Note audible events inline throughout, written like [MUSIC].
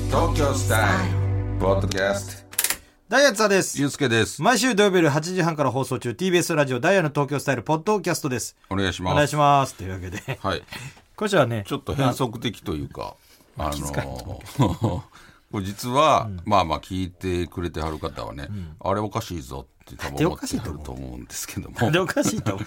スタイルポッドキャストダイアンツァです。ゆうすけです毎週土曜日夜8時半から放送中、TBS ラジオダイヤの東京スタイルポッドキャストです。お願いしますお願いします。というわけで、はい今週はね、ちょっと変則的という [LAUGHS] かあの [LAUGHS] これ実は、まあまあ聞いてくれてはる方はね、あれおかしいぞって多分思ってはると思うんですけどもなんでおかしいと。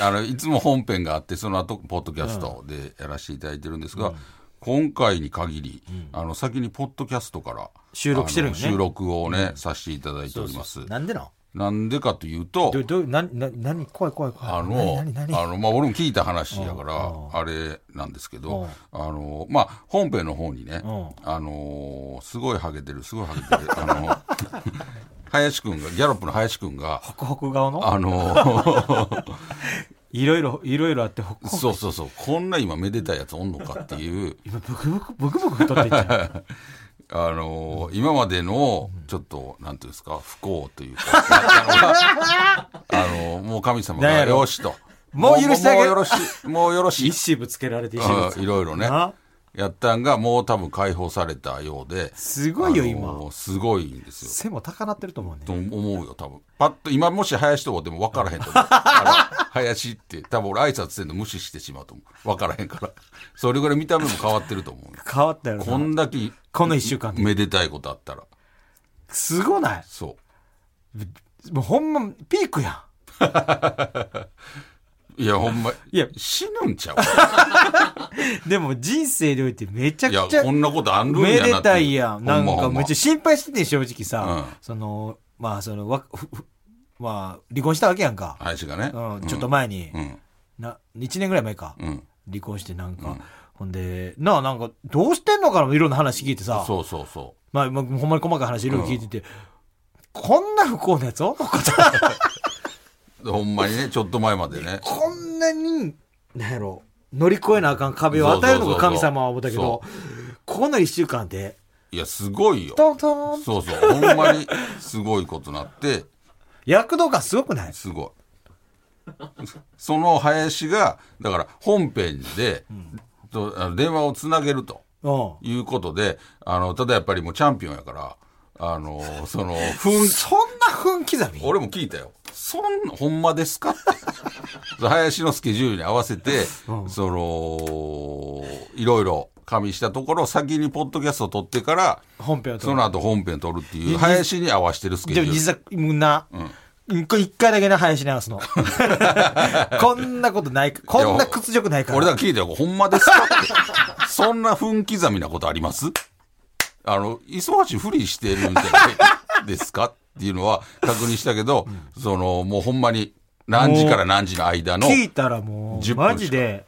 あのいつも本編があってその後ポッドキャストでやらせていただいてるんですが、今回に限り、あの先にポッドキャストから収録してるよねあの収録をね、させていただいておりますなんでなんなんでかというとど、ど、な、な、なに、怖い怖い怖い。あの、あ何何何の、まあ、俺も聞いた話やから、あれなんですけど、あの、まあ、本編の方にね、あの、すごいハゲてる、すごいハゲてる、あの、 [LAUGHS] 林くんが、ギャロップの林くんが、ホクホク顔のあ [LAUGHS] の、いろいろ、いろいろあって、ホクホク。そうそうそう、こんな今めでたいやつおんのかっていう、今、ブクブク、ブクブク太っていっちゃう。あの、今までの、ちょっと、なんていうんですか、 [LAUGHS] 不幸というか、あの、もう神様なんが、やろよしと。もう許してあげもうよろし、もうよろし一子ぶつけられて一子ぶつうんいろいろねな。やったんが、もう多分解放されたようで。すごいよあのーすごいんですよ。背も高なってると思うねと。思うよ、多分。パッと、今もし林とでも分からへんと思う。あの林って、多分俺挨拶せんの無視してしまうと思う。分からへんから。それぐらい見た目も変わってると思う。変わったよこな。んだけ、この一週間でめでたいことあったら。すごないそもうほんま、ピークやん。う。いや、ほんま、いや死ぬんちゃうでも人生においてめちゃいやくちゃ、こんなことあんのめやなでっていうたいやん。なんほかんまめっちゃ心配しててん正直さ、うんその、まあその、わ、ふふまあ離婚したわけやんか。林がね。うん、ちょっと前に、うん。な、1年ぐらい前か。うん。離婚してなんか、ほんで、なあなんか、どうしてんのかな、いろんな話聞いてさ、そうそうそまあ、まあ、ほんまに細かい話いろいろ聞いてて、こんな不幸なやつおんのか [LAUGHS] とう。ほんまにね、ちょっと前までね。こんなに、なんやろ、乗り越えなあかん壁を与えるのが神様は思ったけどそ、この1週間で、いや、すごいよ。トントンそうそう、ほんまにすごいことなって、躍動感すごくないすごい。その林が、だから本編で、とあの電話をつなげるとうん。いうことで、あの、ただやっぱりもうチャンピオンやから、あの、その、ふん、そんな分刻み俺も聞いたよ。そんな、ほんまですかって。そう林のスケジュールに合わせて、その、いろいろ加味したところ、先にポッドキャストを撮ってから、本編を撮そるの後本編撮るっていう、林に合わせてるスケジューでもル。実はもうな、これ一回だけな林に合わ [LAUGHS] すのこんなことないかこんな屈辱ないから俺だから聞いたよ、ほんまです [LAUGHS] かって。そんな分刻みなことありますあの、忙しいふりしてるんじゃないですかっていうのは確認したけど、その、もうほんまに何時から何時の間の、聞いたらも10分しうかマジで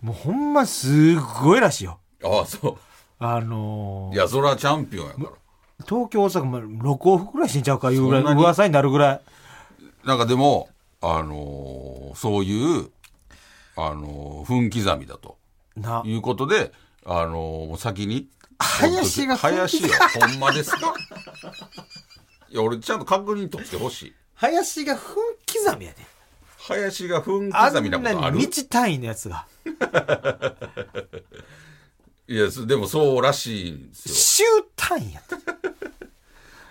もうほんますごいらしいよああ、そあのう。ーいや、それはチャンピオンやから。東京大阪も6往復ぐらいしんちゃうかいうぐらいそんなに噂になるぐらいなんかでも、あのーそういう、あのー分刻みだとないうことで、あのーもう先に。林が分刻み林よ、ほんまですかいや、俺ちゃんと確認取ってほしい。林が分刻みやで林が分あ刻みなんこなとあにる未知単位のやつがいやそでもそうらしいんです週単位やったよ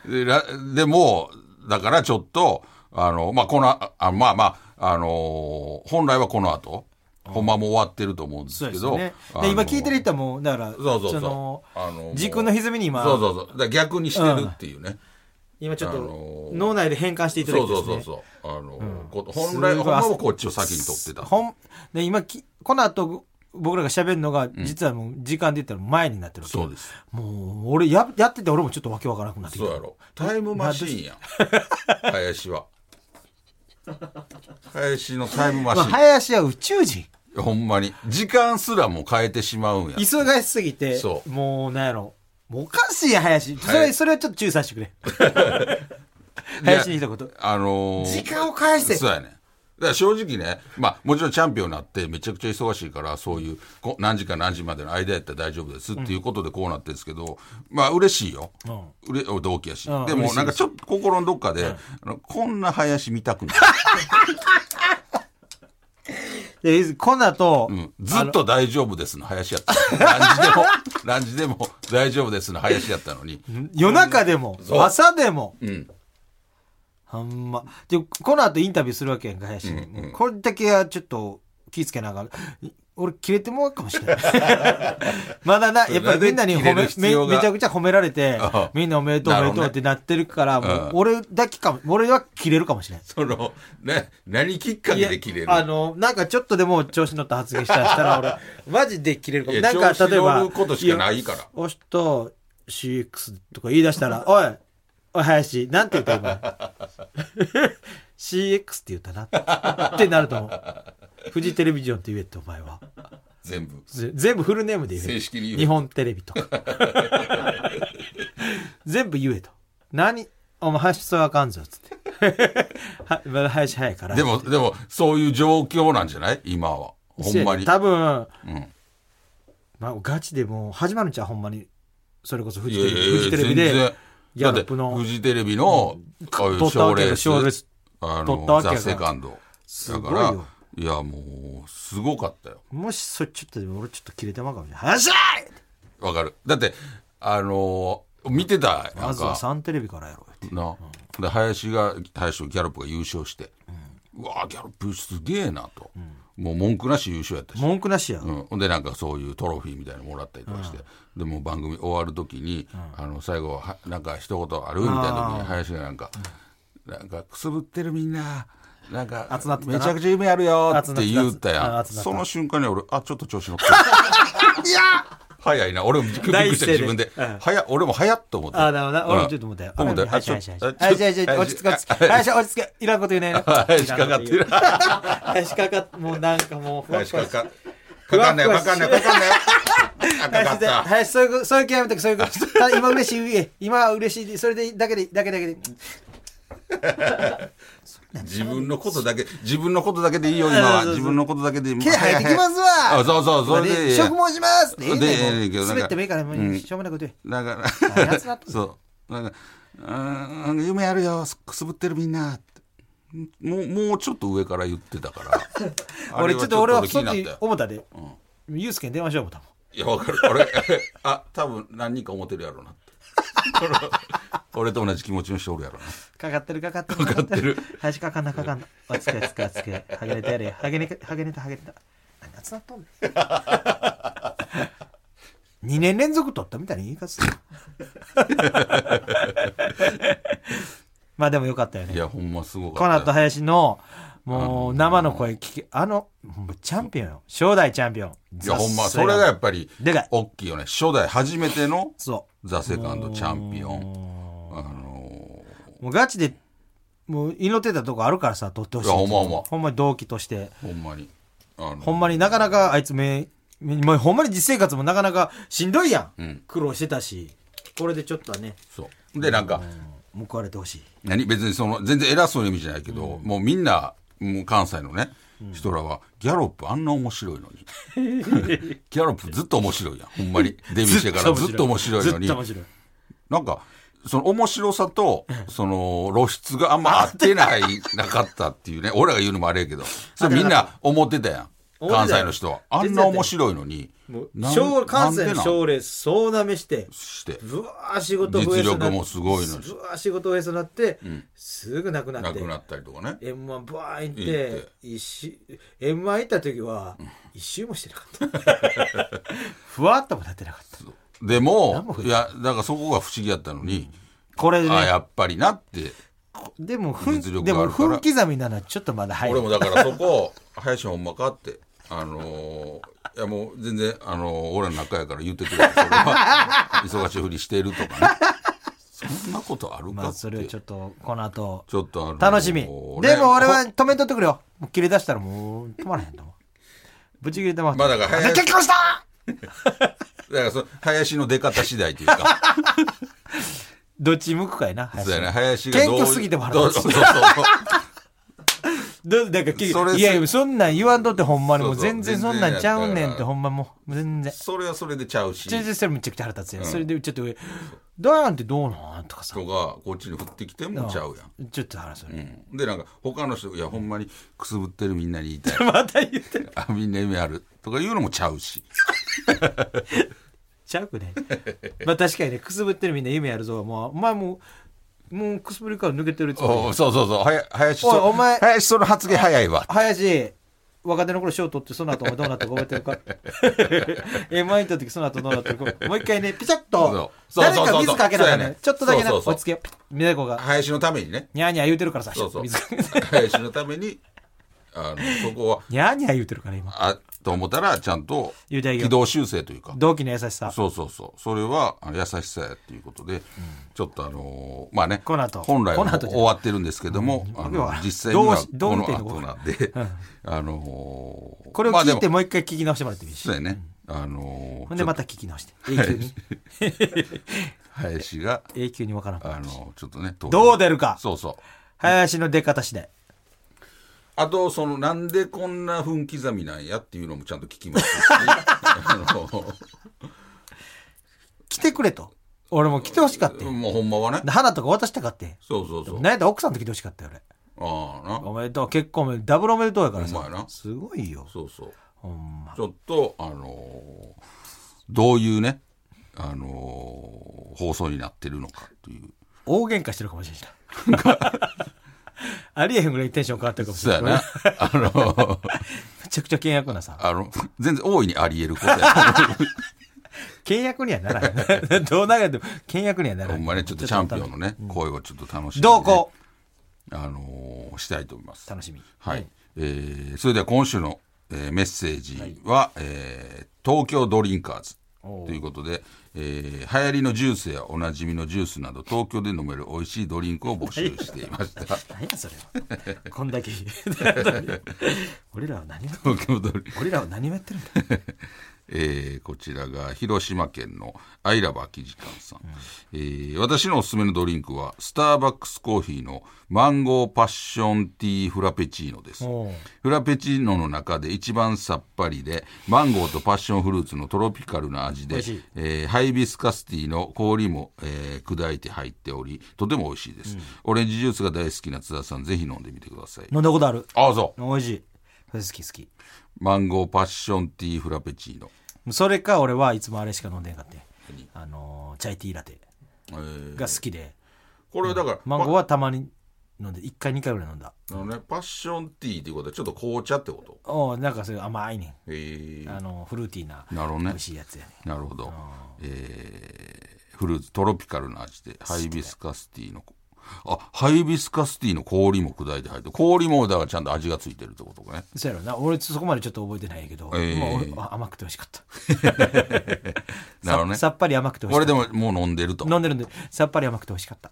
でらでもだからちょっとあのまあこのああまあまああのー本来はこの後ほんまもう終わってると思うんですそうけですどよね。あので今聞いてる人はもう、だから、そうそうそうの、あのー時空の歪みに今、そうそうそうだから逆にしてるっていうね、今ちょっあのとー脳内で変換していただそいうてでそうすね。そうそうあのー、こ本来すごほいんまはこっちを先に取ってたほんで今き、この後僕らが喋るのが、実はもう時間で言ったら前になってるわけそうですもう、俺や、やってて俺もちょっとわけわからなくなってきそうた。やろタイムマシ [LAUGHS] ーンやん林は林のタイムマシまあ、ーン林は宇宙人。ほんまに。時間すらも変えてしまうんや。忙しすぎてそ、うもうなんやろ。もうおかしいやん、林。そはれ、いそれはちょっと注意させてくれ。林に一言。あのー、時間を返せそうやね。だから正直ね、まあもちろんチャンピオンになってめちゃくちゃ忙しいから、そういうこ何時から何時までの間やったら大丈夫ですっていうことでこうなってるんですけど、まあ嬉しいよ。うれ同期やし。うんで嬉しもいなんかちょっと心のどっかで、あのこんな林見たくない。で、この後、うんずっと大丈夫ですの林やった。ランジで [LAUGHS] も、ランジでも大丈夫ですの林やったのに。夜中でも、そう朝でも、うん。あんま。で、この後インタビューするわけやんか、林に。もうこれだけはちょっと気ぃつけながら。俺、切れてもらうかもしれない。 [LAUGHS] まだな、やっぱりみんなに褒それで切れめる必要がめ、めちゃくちゃ褒められてあ、みんなおめでとうおなるめほでどねとうってなってるから、もうんう俺だけかも、俺は切れるかもしれない。その、ね、何きっかいけやで切れるあの、なんかちょっとでも調子乗った発言したらした [LAUGHS] ら、俺、マジで切れるかいも。やなんか、例え調子ば乗る、ことしかないから。押しと CX とか言い出 [LAUGHS] したら、おい、おい、林、なんて言った今。CX [LAUGHS] って言ったな。ってなると思う。フジテレビジョンって言えって、お前は。全部。ぜ全部フルネームで言え。正式に言え日本テレビと [LAUGHS] か。全部言えと。何お前、林それあかんぞ、つって。 [LAUGHS] はまだ林早いから。でも、でも、そういう状況なんじゃない今は。ほんまに。多分、うんまあ、ガチでもう始まるんちゃうほんまに。それこそフいジやテいレやビフジテレ全ビで然、ギャロップだっのてフジテレビの、こういう取った賞わけレーよ、ス。賞レース。あ取ったわの、ザ・けやからセカンド。すだごかいらよ。、いや、もう、すごかったよ。もしそれちょっとでも俺ちょっと切れてまうかもしれない。話しわかる。だって、あのー見てたやまんずはか。サンテレビからやろうよって。な。で、林が、林とギャロップが優勝して。うわーギャロップすげえなと。もう文句なし優勝やったし。文句なしや。うん、ほんでなんかそういうトロフィーみたいなのもらったりとかして、でもう番組終わる時に、あの最後はなんか一言あるみたいな時に林がなんか、なんかくすぶってるみんななんか熱なってためなちゃくちゃ夢あるよ熱っなっててた言ったやん熱なってたその瞬間に俺あちょっと調子乗ってるいや早いな俺もびっくりして自分で、うん早俺も早っと思ってあ、だからな、うん俺もちょっと思ったよ。思ったよあ林林あちょ林林林あちょ林落ち着けあ落ち着け。林落ち着け。いらんこと言 [LAUGHS] うね。林かかってる林かかって、もうなんかもうふわっ林ふわかし、かかかんないかかんないかかんないあかか林っで、た林、そういう、そういう気やめとけ、そういう気。 [LAUGHS] た今嬉しい、今は嬉しい、それで、だけで、だけだけで。自分のことだけ、自分のことだけでいいよ、今は。そうそうそう自分のことだけでいい。毛生えてきますわあ、そうそう、それで。食毛しますって言うでねええけもどなんかう滑ってもいいからもううんしょうもないこと言だかあやつだらっ、たそう。なんか、あーなんか夢あるよ、くすぶってるみんなって。もう、もうちょっと上から言ってたから。え [LAUGHS] 俺ちょっと俺は気そになっったちよ。思ったでユうスケに電話しよう思ったもんいや、わかる。俺、あ、多分何人か思ってるやろうなって。 [LAUGHS] 俺と同じ気持ちの人おるやろうな。かかってるかかってるかかってる [LAUGHS] 林かかんなかかんなおつけおつけおつけはげれてやれはげねはげねたはげねた何集まっとんねん [LAUGHS] 二年連続取ったみたいな言い方するまあでもよかったよねいや、ほんますごかったこよ。の後林の、もう生の声聞き、あの、ほんまチャンピオンよ。初代チャンピオン。いや、ほんま、それがやっぱり、でかい大きいよね。初代初めての、そう。ザ・セカンドチャンピオン。もあのうガチで、もう祈ってたとこあるからさ、取ってほしい。いやほんまほんまほんまに同期として。ーほんまに。あのーほんまになかなかあいつめ、めもうほんまに実生活もなかなかしんどいやん。うん苦労してたし。これでちょっとはね、そう。で、なんか、うん報われてほしい。何別にその、全然偉そうな意味じゃないけど、もうみんな、もう関西のね、人らは、ギャロップあんな面白いのに。ギャロップずっと面白いやん。ほんまに。デビューしてからずっと面白いのにずっ。と面白い。なんか、その面白さと、その露出があんま合ってない、なかったっていうね。俺らが言うのもあれやけど。それみんな思ってたやん。思って関たよ西の人は。あんな面白いのに。もうなん賞関な西んでなのん賞レース総なめして。して。ぶわー仕事増えそう実にな力もすごいのにぶわー仕事増えそうになって、すぐなくななってくなったりとかね。 M1 ぶわー行っ行ってて一周 M1 行った時は一周もしてなかった [LAUGHS] ふわっともなってなかったでもも増え、いや、だからそこが不思議やったのに、これであ、ねやっぱりなって。でもふん実力でがあもるから分刻みなのはちょっとまだ早い俺もだからそこ、林ほんまかって。あのーいやもう全然、あのー俺の仲やから言ってくれ。それ [LAUGHS] は、忙しいふりしてるとかね。そんなことあるまかあって。それをちちょっとこの後ょっとあのー楽しみでも俺は止めんとってくれよもう切れ出したらもう止まらへんと思うぶち切れてままあだから林結婚した [LAUGHS] だからその林の出方次第という [LAUGHS] か、どっち向くかいなそうやね、林林がどういう謙虚すぎてもあるどうそうそうそうどうだから結それ局いやいやそんなん言わんとってほんまにもうそうそう全然そんなんちゃうねん全然っやったてらほんまもう全然それはそれでちゃう [LAUGHS] し全然それめちゃくちゃ腹立つやん、それでちょっと上ダーンってどうなんとかさ人がこっちに降ってきてもちゃうやんちょっと話それ、うんでなんか他の人いやほんまにくすぶってるみんなに言いたい [LAUGHS] [LAUGHS] また言ってるあみんな夢あるとか言うのもちゃうしちゃうくね [LAUGHS] まあ確かにねくすぶってるみんな夢やるぞもうお前もうもうくすぶりから抜けてるつもおうそうそうそうはや林そおいお前林その発言早いわり林若手の頃賞取ってその後お前どうなったか覚えてるか [LAUGHS] M1 行った時その後どうなったかもう一回ねピチャッとそうそう誰そうか水かけながらそうやねねちょっとだけなそうそうそう落ち着けよみなこが林のために [LAUGHS] ねニャーニャー言うてるからさそうそう水かけ林のためにあのそこはニャーニャー言うてるから今あと思ったらちゃんと言うてあげよ軌う道修正というか同期の優しさそうそうそうそれはあの優しさやっていうことで、ちょっとあのーまあねこの後本来こはものう後じゃない終わってるんですけども、あ要のは実際にはどこのうどう見てんの後なんで、あのーこれをまあで聞いもてもう一回聞き直してもらってもいいしそうやね、あのーほんでまちょた聞き直して永久にっと林が永久にわからんあのちょっとねどうで出るかそうそう林の出方次第あとそのなんでこんな分刻みなんやっていうのもちゃんと聞きます [LAUGHS] しあ来てくれと俺も来てほしかったのよもうほんまはねで花とか渡したかってそうそうそうなんやったら奥さんと来てほしかったよ俺ああなおめでとう結婚おめでとうダブルおめでとうやからほんまやさなすごいよそうそうほんまちょっとあのーどういうねあのー放送になってるのかという大喧嘩してるかもしれない [LAUGHS] ありえへんぐらいテンション変わってるかもしそうれや [LAUGHS] ないなあのーめちゃくちゃ険悪なさあの全然大いにありえることや [LAUGHS] 契約にはなら [LAUGHS] ないどう流れても契約にはならほないんまねちょっとチャンピオンのね声をちょっと楽しみにねどうこあのーしたいと思いますう楽し [LAUGHS] みはい、えーそれでは今週の、えーメッセージは、えー東京ドリンカーズおうということで、えー流行りのジュースやおなじみのジュースなど東京で飲める美味しいドリンクを募集していました [LAUGHS] 何やそれはこんだ [LAUGHS] け俺らは [LAUGHS] 何を東京ドリン俺らは何をやって [LAUGHS] るんだ [LAUGHS] えーこちらが広島県のアイラバ空き時間さん、えー私のおすすめのドリンクはスターバックスコーヒーのマンゴーパッションティーフラペチーノですおうフラペチーノの中で一番さっぱりでマンゴーとパッションフルーツのトロピカルな味美で味しい、えーハイビスカスティーの氷も、えー砕いて入っておりとても美味しいです、オレンジジュースが大好きな津田さんぜひ飲んでみてください飲んだことあるああそ美味しいそれ好き好きうマンゴーパッションティーフラペチーノ、それか俺はいつもあれしか飲んでなかったあのーチャイティーラテえーが好きでこれだから、マンゴーはたまに飲んで1回2回ぐらい飲んだあのね、パッションティーっていうことはちょっと紅茶ってことおうなんかそういう甘いねへえんあのーフルーティーななるほど美ね味しいやつやねなるほど、えーフルーツトロピカルな味でハイビスカスティーのあハイビスカスティーの氷も砕いて入って氷もだからちゃんと味がついてるってことかねそうやろな俺そこまでちょっと覚えてないけど、ええまあ俺あ甘くて美味しかっなるほたどさねさっぱり甘くて美味こしれでかっももう飲んでるとた飲んでるんでさっぱり甘くて美味しかった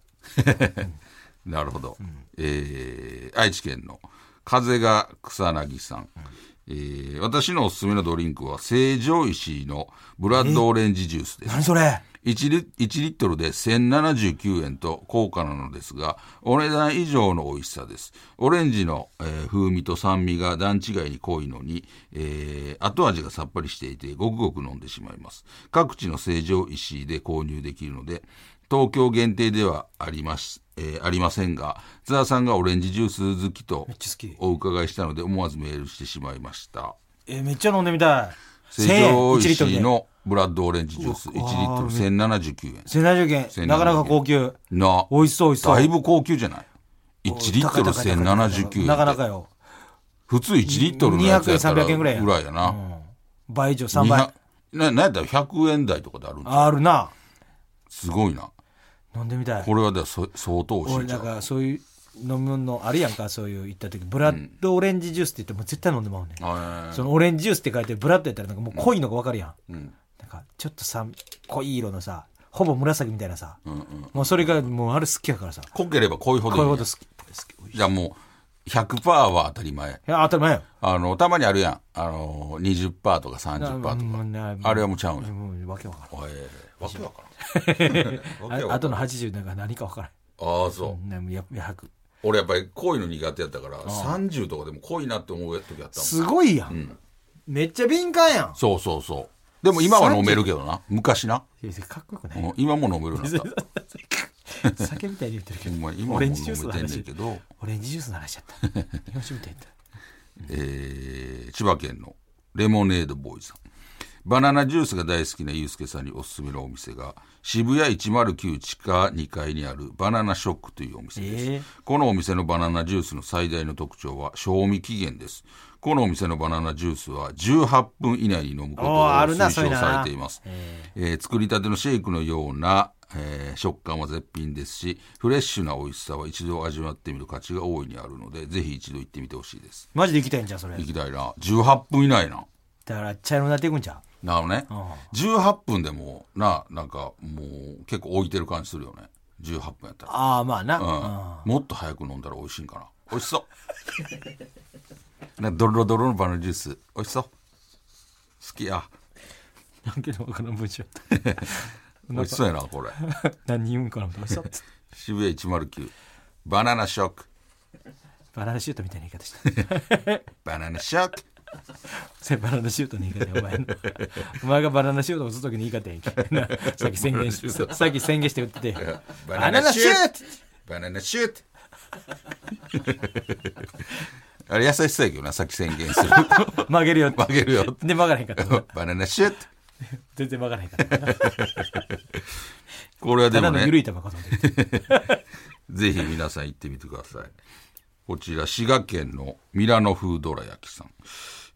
なるほど、えー愛知県の風が草薙さん、えー私のおすすめのドリンクは成城石井のブラッドオレンジジュースです何それ1リ ,1 リットルで1079円と高価なのですがお値段以上の美味しさですオレンジの、えー風味と酸味が段違いに濃いのに、えー後味がさっぱりしていてごくごく飲んでしまいます各地の成城石井で購入できるので東京限定ではあります、えーありませんが津田さんがオレンジジュース好きとちゃ好きお伺いしたので思わずメールしてしまいましたえめっちゃ飲んでみたい1000成円城1リットル石井でのブラッドオレンジジュース1リットル1079円1070円なかなか高級な美味しそう美味しそうだいぶ高級じゃない1リットル高い高い高い高い1079円なかなかよ普通1リットルのやつやったら200円300円ぐらいややな、倍以上二3百倍ななんやったら100円台とかであるんだあるなすごいな飲んでみたいこれはだからそ相当美味しい俺んちゃなんうかそういう飲むのあるやんかそういう行った時ブラッドオレンジジュースって言っても絶対飲んでまうねんあそのオレンジジュースって書いてるブラッドやったらなんかもう濃いのが分かるやん、なんかちょっとさ濃い色のさほぼ紫みたいなさ、もうそれがもうあれ好きやからさ濃ければ濃いほどこいういういねこと好き好きいじゃあもう100%は当たり前や当たり前よあのたまにあるやんあの20%とか30%とかあれはもうちゃうんやもうわけわからんおいわ [LAUGHS] けわからんわけわからんああとの80なんか何か分からんああそうね、やや100俺やっぱり濃いの苦手やったから30とかでも濃いなって思う時やったもんすごいやん、めっちゃ敏感やんそうそうそうでも今は飲めるけどな昔な、かっこよくなうい、ん今も飲めるよ [LAUGHS] うになった [LAUGHS] 酒みたいに言ってるけほんどま今もオうレ飲ンめジジュースのてんねん話けど、オレンジジュースの話やった日本酒みたいに言ったえー千葉県のレモネードボーイさんバナナジュースが大好きなユうスケさんにおすすめのお店が渋谷109地下2階にあるバナナショックというお店です、えーこのお店のバナナジュースの最大の特徴は賞味期限ですこのお店のバナナジュースは18分以内に飲むことおをーあるな推奨そういうのさなれていますえー作りたてのシェイクのような、えー食感は絶品ですしフレッシュな美味しさは一度味わってみる価値が大いにあるのでぜひ一度行ってみてほしいですマジで行きたいんじゃんそれ行きたいな18分以内なだから茶色になっていくんじゃんなのね18分でもななんかもう結構置いてる感じするよね18分やったら、ああまあな、うん、もっと早く飲んだら美味しいんかな美味しそうねドロドロのバナナジュース美味しそう好きやなんけどわからん文章 [LAUGHS] やっ美味しそうやなこれた何言うんかなと思った渋谷109バナナショックバナナシュートみたいな言い方したバナナショックそれバナナシュートの言い方やお前のお前がバナナシュートを打つ時の言い方やんけなさっき宣言しさっき宣言して打っててバナナシュートバナナシュートあれ優しそうやけどな、さっき宣言する。曲げるよって曲げるよ。で曲がらへんかったバナナシュート全然曲がらへんかったこれはでたもだの緩ね、い球かと思ってぜひ皆さん行ってみてください。こちら、滋賀県のミラノ風ドラ焼きさん。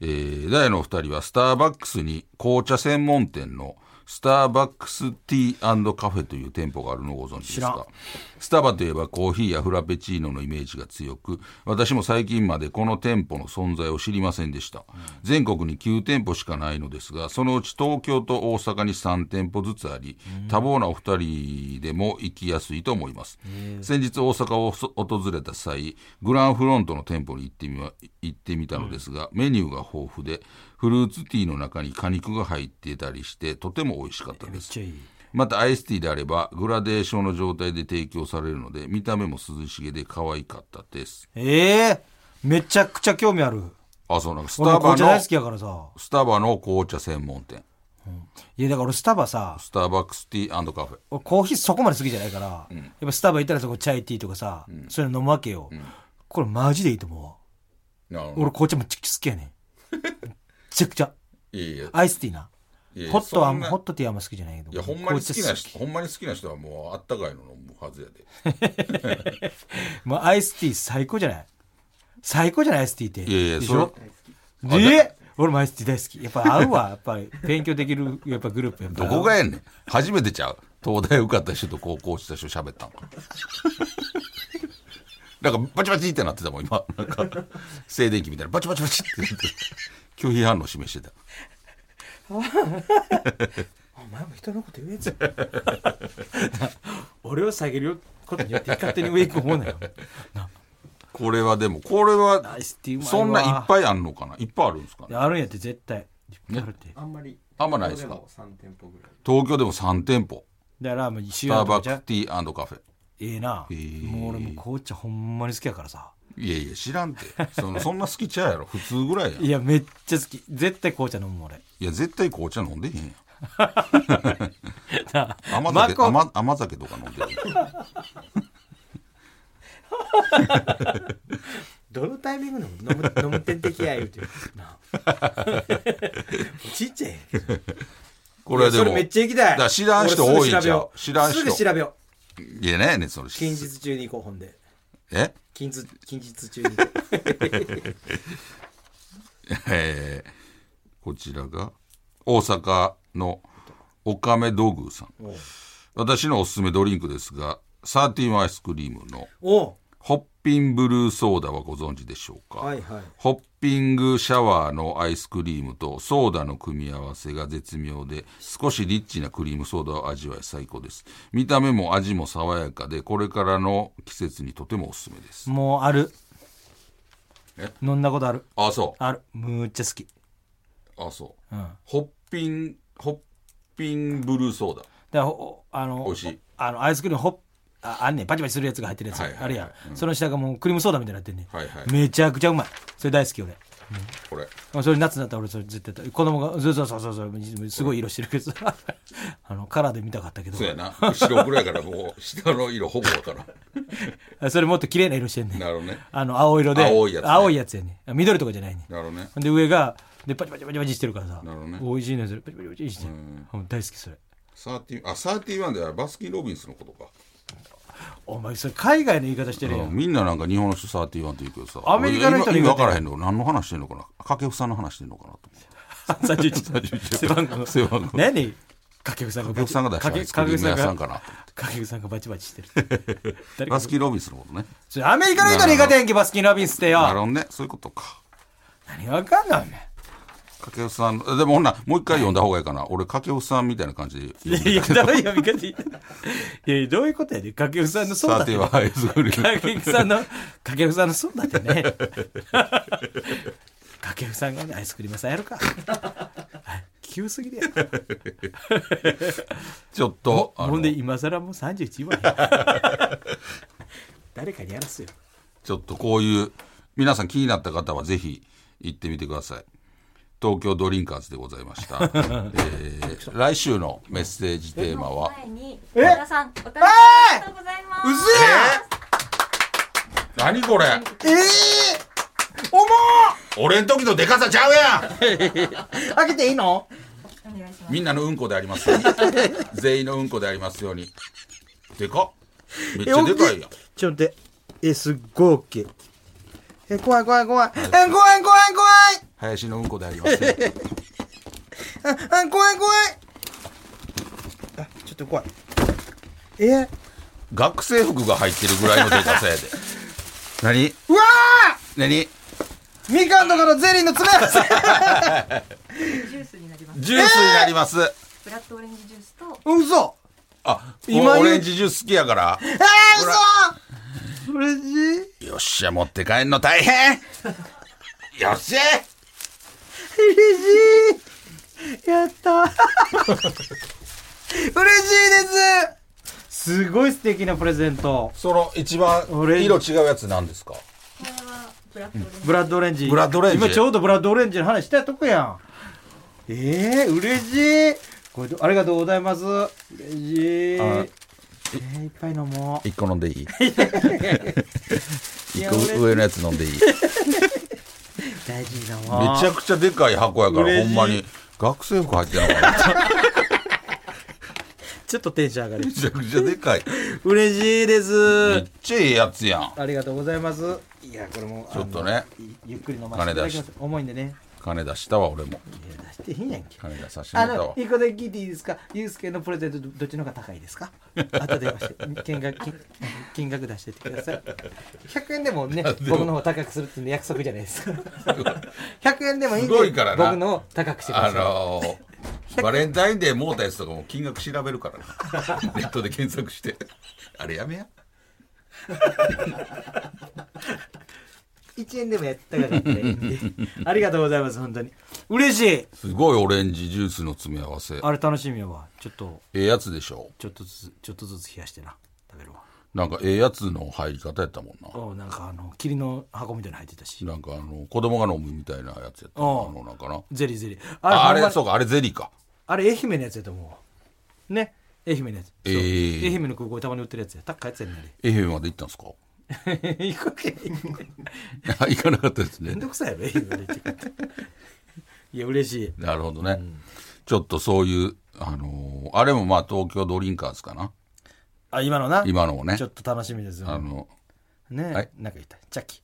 えー、ダイヤのお二人はスターバックスに紅茶専門店のスターバックスティーカフェという店舗があるのをご存知です知らんかスタバといえばコーヒーやフラペチーノのイメージが強く、私も最近までこの店舗の存在を知りませんでした。全国に9店舗しかないのですが、そのうち東京と大阪に3店舗ずつあり、多忙なお二人でも行きやすいと思います。先日大阪をそ訪れた際、グランフロントの店舗に行ってみま行ってみたのですが、メニューが豊富で、フルーツティーの中に果肉が入っていたりして、とても美味しかっためでっす。ちゃいいまたアイスティーであればグラデーションの状態で提供されるので見た目も涼しげで可愛かったですええめちゃくちゃ興味あるあそうなんかスタ俺バも紅茶の大好きやからさスタバの紅茶専門店いやだから俺スタバさスターバックスティーカフェ俺コーヒーそこまで好きじゃないから、やっぱスタバ行ったらそこチャイティーとかさ、そういうの飲むわけよ、これマジでいいと思うわなるほ俺紅茶めっちゃ好きやねんめちゃくちゃどいやいやアイスティーないやいやホットはそんなホットティーはあんま好きじゃないけどいやほんまに好きな紅茶人ほんまに好きな人はもうあったかいの飲むはずやでもうアイスティー最高じゃない最高じゃないアイスティーっていやいやでしそれょで俺もアイスティー大好きやっぱ合うわやっぱり勉強できるやっぱグループやっぱどこがやんねん初めてちゃう東大受かった人と高校した人喋ったんかなんかバチバチってなってたもん今なんか静電気みたいなバチバチバチってなって拒否反応示してたお前も人のこと言え [LAUGHS] んぞ俺を下げることによって勝手に上行く方な [LAUGHS] よこれはでもこれはアイスティーうまいわそんないっぱいあんのかないっぱいあるんですかいねやあるんやって絶対あるってあんまり。あんまないですかここでも3店舗ぐらい。東京でも3店舗だからもう一ス緒やタんーバじッゃクティーカフェええなーもう俺もう紅茶ほんまに好きやからさいやいや知らんてそのそんな好きちゃうやろ普通ぐらいやんいいやめっちゃ好き絶対紅茶飲むもん俺や絶対紅茶飲んでへん [LAUGHS] やんなあ甘マ酒コ甘甘酒とか飲んでるどのタイミングなの飲む、 [LAUGHS] 飲む点滴や言うて。な [LAUGHS] あちっちゃい。これはでそれもめっちゃ行きたい。だから知らん人多いんちゃう俺すぐ調べよ知らん人すぐ調べよう。いやねねそれ近日中に行こう、ほんで。え近日、近日 [LAUGHS] 中に行こう。えーこちらが大阪のおかめ道具さんおう私のおすすめドリンクですがサーティワンアイスクリームのおホッピンブルーソーダはご存知でしょうか、うはいはい。ホッピングシャワーのアイスクリームとソーダの組み合わせが絶妙で少しリッチなクリームソーダを味わい最高です見た目も味も爽やかでこれからの季節にとてもおすすめですもうあるえ飲んだことあるあそあるむっちゃ好きうあそう、うんホッピンホッピンブルーソーダだからほあの美味しいあのアイスクリームホッああんねんバチバチするやつが入ってるやつ、はいはいはいあれや、その下がもうクリームソーダみたいになってんねん、はいはいめちゃくちゃうまいそれ大好き俺これあそれ夏になったら俺それ絶対子供がそうそうそうそうそうすごい色してるけど [LAUGHS] あのカラーで見たかったけどそうやな白黒やからもう下の色ほぼわからんあそれもっと綺麗な色してんねんなるほどねあの青色で青いやつね青いやつやねんあ緑とかじゃないねんなるほどねほんで上がでパチパチパチパチしてるからさなるほどね美味しいねそれパチパチパチしてるうん大好きそれ30あサーティワンではバスキン・ロビンスのことかお前それ海外の言い方してるやんみんななんか日本の人サーティワンって言うけどさアメリカの人俺に今今言うて分からへんの何の話してんのかな掛布さんの話してんのかなと思って31背番号背番号何掛布さんが掛布さんが出したアイスクリーム屋さんかな掛布さんがバチバチしてる誰バかスキン・ロビンスのことねそれアメリカの人の言い方やんけバスキン・ロビンスってなるよほどねそういうことか何わかんないお前掛布さんでもほんならもう一回読んだ方がいいかな俺掛布さんみたいな感じでいやいや、どういう読み方いやいや、どういうことやで、掛布さんのそうサーだってティね。ワンアイスクリーム掛布さんの、掛布さんのそうだってね。掛布さんがね、アイスクリーム屋さんやるか。急すぎるやろ [LAUGHS] ちょっとあほんので、今更もう31話や。誰かにやらすよ。ちょっとこういう皆さん気になった方はぜひ行ってみてください東京ドリンカーズでございま [LAUGHS] した、えー来週のメッセージテーマは前に岡田さんお誕生日おめでとうございます。う何これええ重俺ん時のデカさちゃうやんっ開けていいのお願いします。みんなのうんこでありますよ [LAUGHS] うに全員のうんこでありますようにでかっめっちゃでかいやんちょっと待って、え、すっごい OK。え、怖い怖い怖い。え、怖い怖い怖い林のうんこでありますようにあ、怖い怖いあ、ちょっと怖い。えー、 [LAUGHS] 学生服が入ってるぐらいのデカさやで [LAUGHS] 何うわ何ーみかんとかのゼリーの詰め合わせジュースになります。ジュースになります、ブラッドオレンジジュースと嘘あ今言うオレンジジュース好きやからえー、嘘嬉しいよっしゃ、持って帰んの大変 [LAUGHS] よっしゃ嬉しいやった嬉しいですすごい素敵なプレゼントその一番俺色違うやつなんですかこれはブラッドオレンジ。ブラッドオレンジブラッドオレンジ今ちょうどブラッドオレンジの話したとこやんええー、嬉しいこれどありがとうございます嬉しいえあー、いっぱい飲もう一個飲ん [LAUGHS] でいい一や個上のやつ飲んでいいめち大事に飲もうゃくちゃでかい箱やから嬉ほしいんまに学生服入ってなかったちょっとテンション上がるめちゃくちゃでかい嬉しいですめっちゃええやつやんありがとうございますいやこれもうちょっとねあのいゆっくり飲ませていただきます重いんでね金出したわ俺もいや出してへんやんけ金出させてもあらったのわ一個だけ聞いていいですかゆうすけのプレゼントどどっちの方が高いですか後で金額金金額出してってください100円でもね僕の方高くするっていうの約束じゃないですか100円でもいいんすごでいからな僕のを高くしてくあださいのー、バレンタインデーもうたやつとかも金額調べるからなネットで検索してあれやめや1円でもやったからっていいんでありがとうございます本当に嬉しいすごいオレンジジュースの詰め合わせあれ楽しみやわちょっとええやつでしょちょっとずつちょっとずつ冷やしてな食べるわなんかええやつの入り方やったもんなおうなんかあの霧の箱みたいなの入ってたしなんかあの子供が飲むみたいなやつやったあおうのなんかなゼリーゼリーああほんまれにそうかあれゼリーかあれ愛媛のやつやと思うわね愛媛のやつ、えーそう愛媛の空港でたまに売ってるやつや高いやつやんな愛媛まで行ったんですか [LAUGHS] れ行くわけないあ行かなかったです [LAUGHS] めんねどくさいやろ愛媛まで行ってくっていや嬉しいなるほどね、ちょっとそういうあのーあれもまあ東京ドリンカーズかなあ今のな今のもねちょっと楽しみですあよのね、はいなんか言ったチャッキ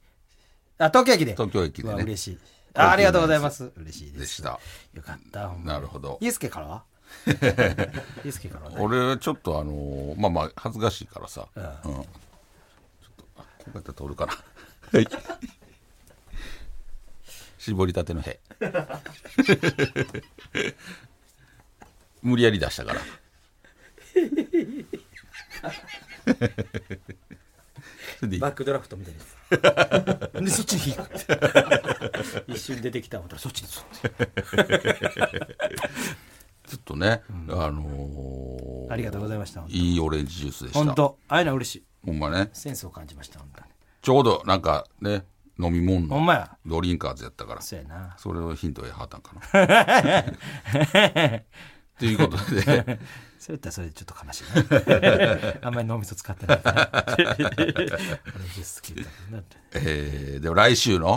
あ東京駅で東京駅でねうわ嬉しいあありがとうございます嬉しいですでしたよかったほんまなるほどゆうすけから [LAUGHS] はゆうすけからはね俺ちょっとあのーまあまあ恥ずかしいからさ、うんちょっとあこうやって取るかなはい [LAUGHS] 絞りたての屁無理やり出した [LAUGHS] からそれでいいバックドラフトみたいで [LAUGHS] す。で、そっちに引く。一瞬出てきたもんだそっちにそっち。ちょっとね、あのーありがとうございましたいいオレンジジュースでした。本当ああいうの嬉しいほんまね。センスを感じました本当にちょうどなんかね、飲み物ほのんまやドリンカーズやったから、そうや [LAUGHS] なそれをヒントへはったんか [LAUGHS] な。ということ [LAUGHS] で、それやったらそれでちょっと悲しい [LAUGHS] なあんまり脳みそ使ってないからね俺ジュース好きだからねえー、では来週の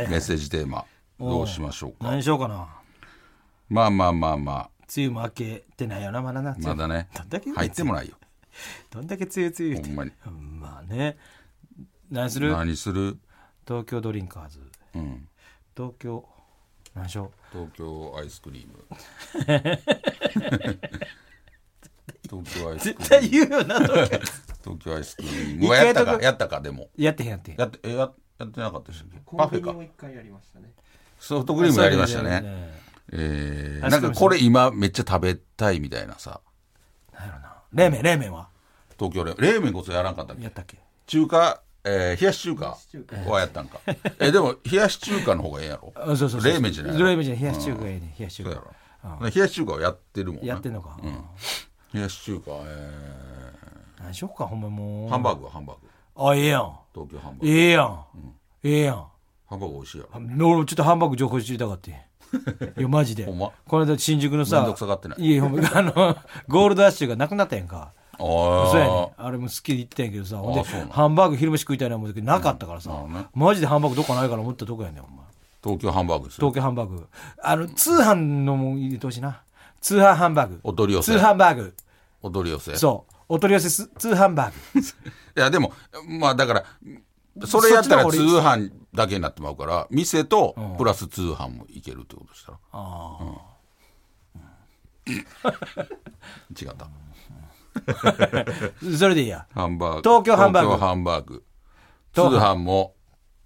メいはいッセージテーマ、どうしましょうか。何しようかなまあまあまあま梅雨も明けてないよなまだなあ、まだねどんだけ、入ってもないよ。どんだけ梅雨梅雨言うほんまに。てうんまあね何する何する東京ドリンカーズうん。東京何しよ東京アイスクリー [LAUGHS] ム。東京アイうスク絶リーム。対言うよな東京東京アイスクリーム。うわやった一回とか、かやったか、でも。 [LAUGHS] やってへんやってへんやって、え、ややってなかったでしたっけコパンフビェニかを。一回やりましたねソフトクリームやりましたね。えー、なんかこれ今めっちゃ食べたいみたいなさ。何やろな冷麺冷麺は東京で。冷麺こそやらんかったっやっけたっけ中華、えー、冷やし中華はやったんか。え、でも冷やし中華の方がええやろ。あそうそうそう冷麺じゃない冷麺じゃない冷やし中華がいいね冷やしそ中う華やろ。冷やし中華はやってるもんね。やってんのか、冷やし中華、え何しよっかほんまもー、うハンバーグはハンバーグ。あええやん東京ハンバーグ。ええやん、ええやんハンバーグ美味しいやろ。俺もちょっとハンバーグ情報知りたかってんいやマジ [LAUGHS] でほんまこの間新宿のさめんどくさがってないいやほんまあのゴールドアッシュがなくなったやんかあそうやねあれも好きで行ってんやけどさほんでそうなんハンバーグ昼飯食いたいな思うけどなかったからさ、うんなるほマジでハンバーグどっかないから思ったとこやねんお前東京ハンバーグですよ東京ハンバーグあの通販のも入れてほしいな通販ハンバーグお取り寄せ通販バーグお取り寄せそうお取り寄せす通販バーグいやでもまあだからそれやったらそっ通ちの方販だけになってまうから店とプラス通販もいけるってことしたらああ [LAUGHS] 違ったそれでいいやハンバーグ東京ハンバーグ東京ハンバーグ通東販も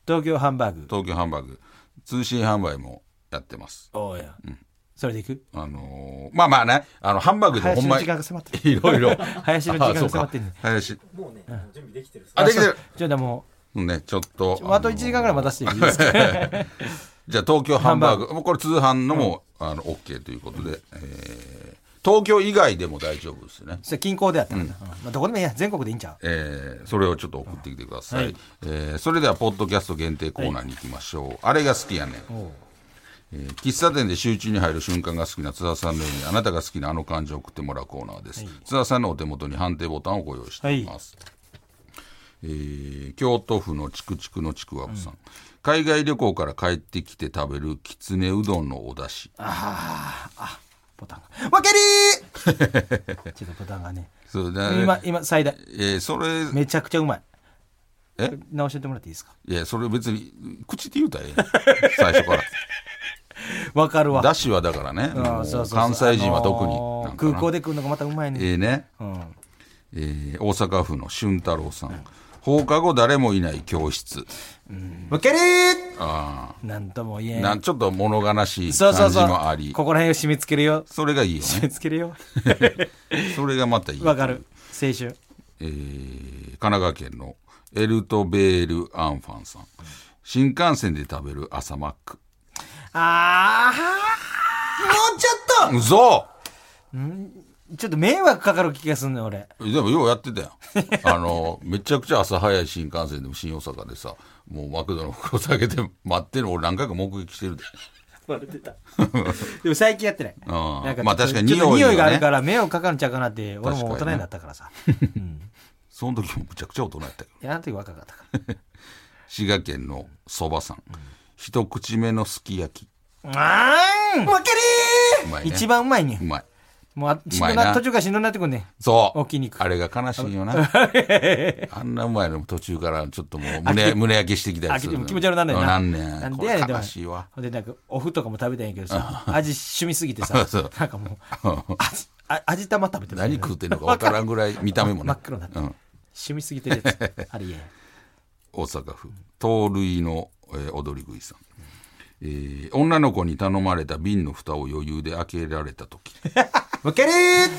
東京ハンバーグ東京ハンバーグ通信販売もやってますおうや、それでいくあのーまあまあねあのハンバーグでもほ林んのま時間が迫ってるいろいろ [LAUGHS] 林の時間が迫ってんねんあそうか林もうね準備できてるあできてるじゃあもうんねちょっとうあと1時間ぐらい待たせ [LAUGHS] ていいですかじゃあ東京ハンバーグもうこれ通販のも、あの OK ということで、えー東京以外でも大丈夫ですね、それ近郊でやったらな、うんまあ、どこでもいいや全国でいいんちゃうえーそれをちょっと送ってきてください、はいえーそれではポッドキャスト限定コーナーに行きましょう、あれが好きやねん、えー喫茶店で集中に入る瞬間が好きな津田さんのようにあなたが好きなあの感じを送ってもらうコーナーです、津田さんのお手元に判定ボタンをご用意しています、えー京都府のちくちくのちくわぶさん、海外旅行から帰ってきて食べるきつねうどんのお出汁ボタンがわけり [LAUGHS] ーちょっとボタンがねそうだね今今最大えーそれ、めちゃくちゃうまいえ直してもらっていいですかいや、それ別に、口で言うたらええ最初から。わかるわだしはだからね、うんもうそうそうそう関西人は特あにのーなんかな。空港で食うのがまたうまいね、ええね、うん、えー大阪府の俊太郎さん。放課後誰もいない教室。わけりーあなんとも言えあ。んなんちょっと物悲しいそうそ感うじそうもあり。ここら辺を締め付けるよそれがいいよ締ね。 [LAUGHS] め付けるよそれがまたいい。わかる青春えー神奈川県のエルトベール・アンファンさん。新幹線で食べる朝マック。ああもうちょっうそとちょっと迷惑かかる気がすんねん俺でもようやってたよ。 [LAUGHS] あの、めちゃくちゃ朝早い新幹線でも新大阪でさ、もうマクドの袋下げて待ってるの俺何回か目撃してるで。でも最近やってない。うんなんちょっとまあ確かにちょっと匂いがね匂いがあるから迷惑かかるんちゃうかなって、俺も大人になったからさ。その時もむちゃくちゃ大人やったけど。いや、あの時若かったから。滋賀県のそばさん。一口目のすき焼き。うーんわかうまいりね。一番うまいねう。まい。もうあ、しんどうまいなな、途中からしんどなってくんね。そう。お肉あれが悲しいよ [LAUGHS] な。あんなうまいのも途中からちょっともう胸、胸焼けしてきたあ、りす気るのよ。持ち悪なんねんな。なんねん。なんでやねん、こでれも悲しいわ。 [LAUGHS] ほんで、なんか、お麩とかも食べたんやけどさ、味染みすぎて [LAUGHS] さそう、なんかもう、味あ味玉食べてる何食うてんのか分からんぐらい見た目もね。 [LAUGHS] 真っ黒になってうん。染みすぎてるや [LAUGHS] つ。あれ、いえ。大阪府盗塁の、えー踊り食いさん、えー女の子に頼まれた瓶の蓋を余裕で開けられた時わかり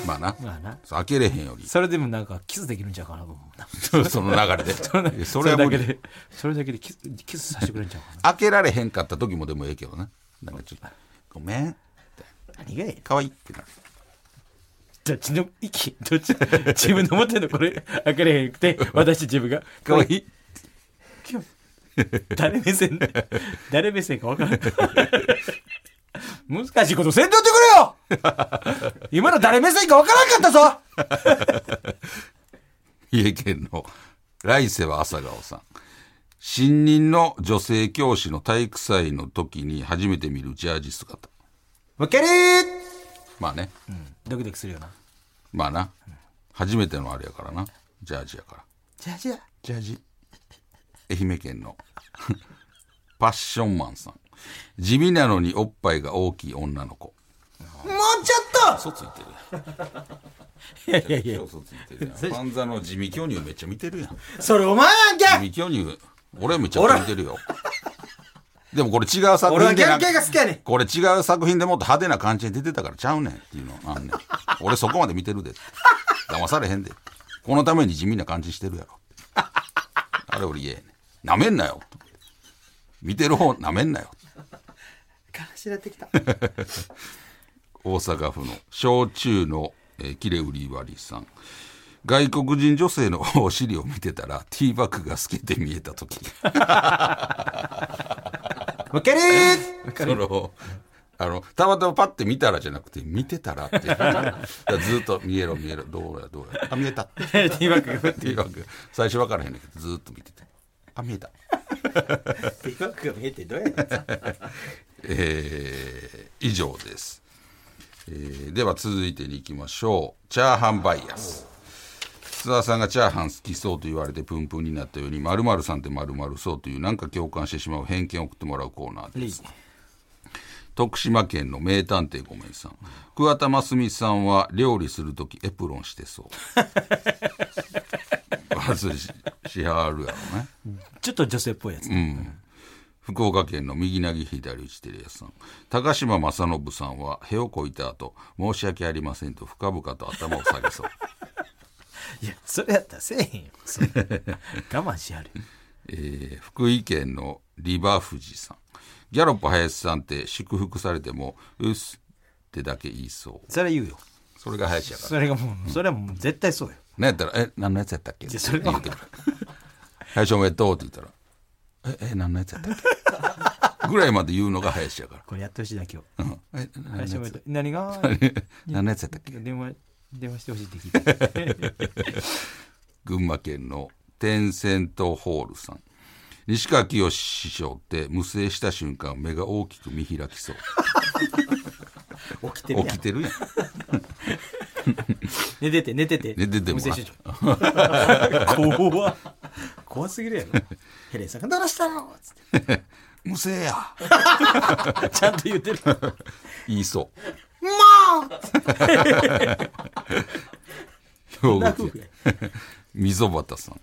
まあな [LAUGHS] まあな。開けれへんよりそれでもなんか、キスできるんちゃうかなと思うな。そその流れでそれそはれだ無け理で、それだけでキスキスさせてくれんちゃうかな。開けられへんかった時もでもええけどねなんかちょっと「ごめん何がええかわいい」ってなるどっちの息どっち自分の持ってるのこれ開かれへんくて私自分がかわいい。誰目線で誰目線か分からん難しいことせんといてくれよ今の誰目線か分からんかったぞ三重県の来世は朝顔さん。新任の女性教師の体育祭の時に初めて見るジャージ姿。分けりーまあね。ドキドキするよなまあな。初めてのあれやからな。ジャージやから。じゃあじゃあジャージ。愛媛県の [LAUGHS] パッションマンさん。地味なのにおっぱいが大きい女の子。もうちょっ嘘ついてるといやいやいややん。嘘ついてるやん。パンザの地味巨乳めっちゃ見てるやん。それお前やんけ地味巨乳、俺はめちゃくちゃ見てるよ。でもこれ違う作俺は品ギでなャんルか系が好きやねんこれ違う作品でもっと派手な感じに出てたからちゃうねんっていうのあんねん。俺そこまで見てるで。騙されへんで。このために地味な感じしてるやろ。あれ俺言えへんねん。なめんなよ。見てる方なめんなよ。からしらってきた大阪府の焼酎の、えー切れ売り割りさん。外国人女性のお尻を見てたらティーバッグが透けて見えた時。分けりーその、あの、たまたまパッて見たらじゃなくて、見てたら [LAUGHS] って。だからずっと見えろ見えろ、どうやどうや。あ、見えた。ってティーバッグが振っていうわけ。最初分からへんねんけど、ずっと見てて。あ、見えた。ティーバッグが見えてどうやねんえー以上です、えーでは続いてに行きましょうチャーハンバイアス津田さんがチャーハン好きそうと言われてプンプンになったように〇〇さんって〇〇そうというなんか共感してしまう偏見を送ってもらうコーナーです徳島県の名探偵ごめんさん桑田真澄さんは料理する時エプロンしてそう [LAUGHS] まずししはるやろねちょっと女性っぽいやつ福岡県の右投げ左打ちテレアさん高島正信さんは屁をこいた後申し訳ありませんと深々と頭を下げそう [LAUGHS] いやそれやったらせえへんよ [LAUGHS] そんな我慢しはるえー福井県のリバフジさんギャロップ林さんって祝福されても「うっす」ってだけ言いそうそれは言うよそれが林やからそれがもうそれはもう絶対そうよ何やったら「え何のやつやったっけ?」ってそれ言うてくる「林おめでとう」って言ったら「ええ何のやつやったっけ?」ぐらいまで言うのが林やからこれやってほしいな今日うん「 [LAUGHS] え何のや林つおめでとう何が [LAUGHS] 何のやつやったっけ?」電話電話してほしいっ [LAUGHS] て聞いて群馬県のテンセントホールさん西川きよし師匠って無声した瞬間目が大きく見開きそう起きてる起やきんてるやん寝てて寝てて寝てても無な [LAUGHS] 線手帳怖っ怖すぎるやろヘレンさんがどうしたのつって無声やちゃんと言 [LAUGHS] ってる言いそう [LAUGHS] もう兵庫県溝端さん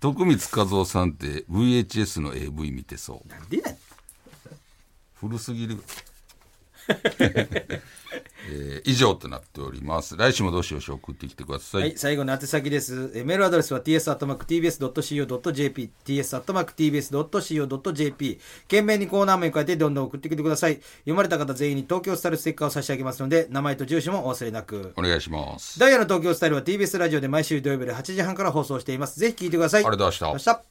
徳光和夫さんって VHS の AV 見てそうなんでやねん古すぎる、 [LAUGHS] えー以上となっております来週もどしどし送ってきてください、はい、最後の宛先です。えーメールアドレスは ts.tbs.co.jp、ts.tbs.co.jp。懸命にコーナー名を書いてどんどん送ってきてください。読まれた方全員に東京スタイルステッカーを差し上げますので、名前と住所もお忘れなく。お願いしますダイヤの東京スタイルは TBS ラジオで毎週土曜日より8時半から放送しています。ぜひ聞いてください。ありがとうございましたした。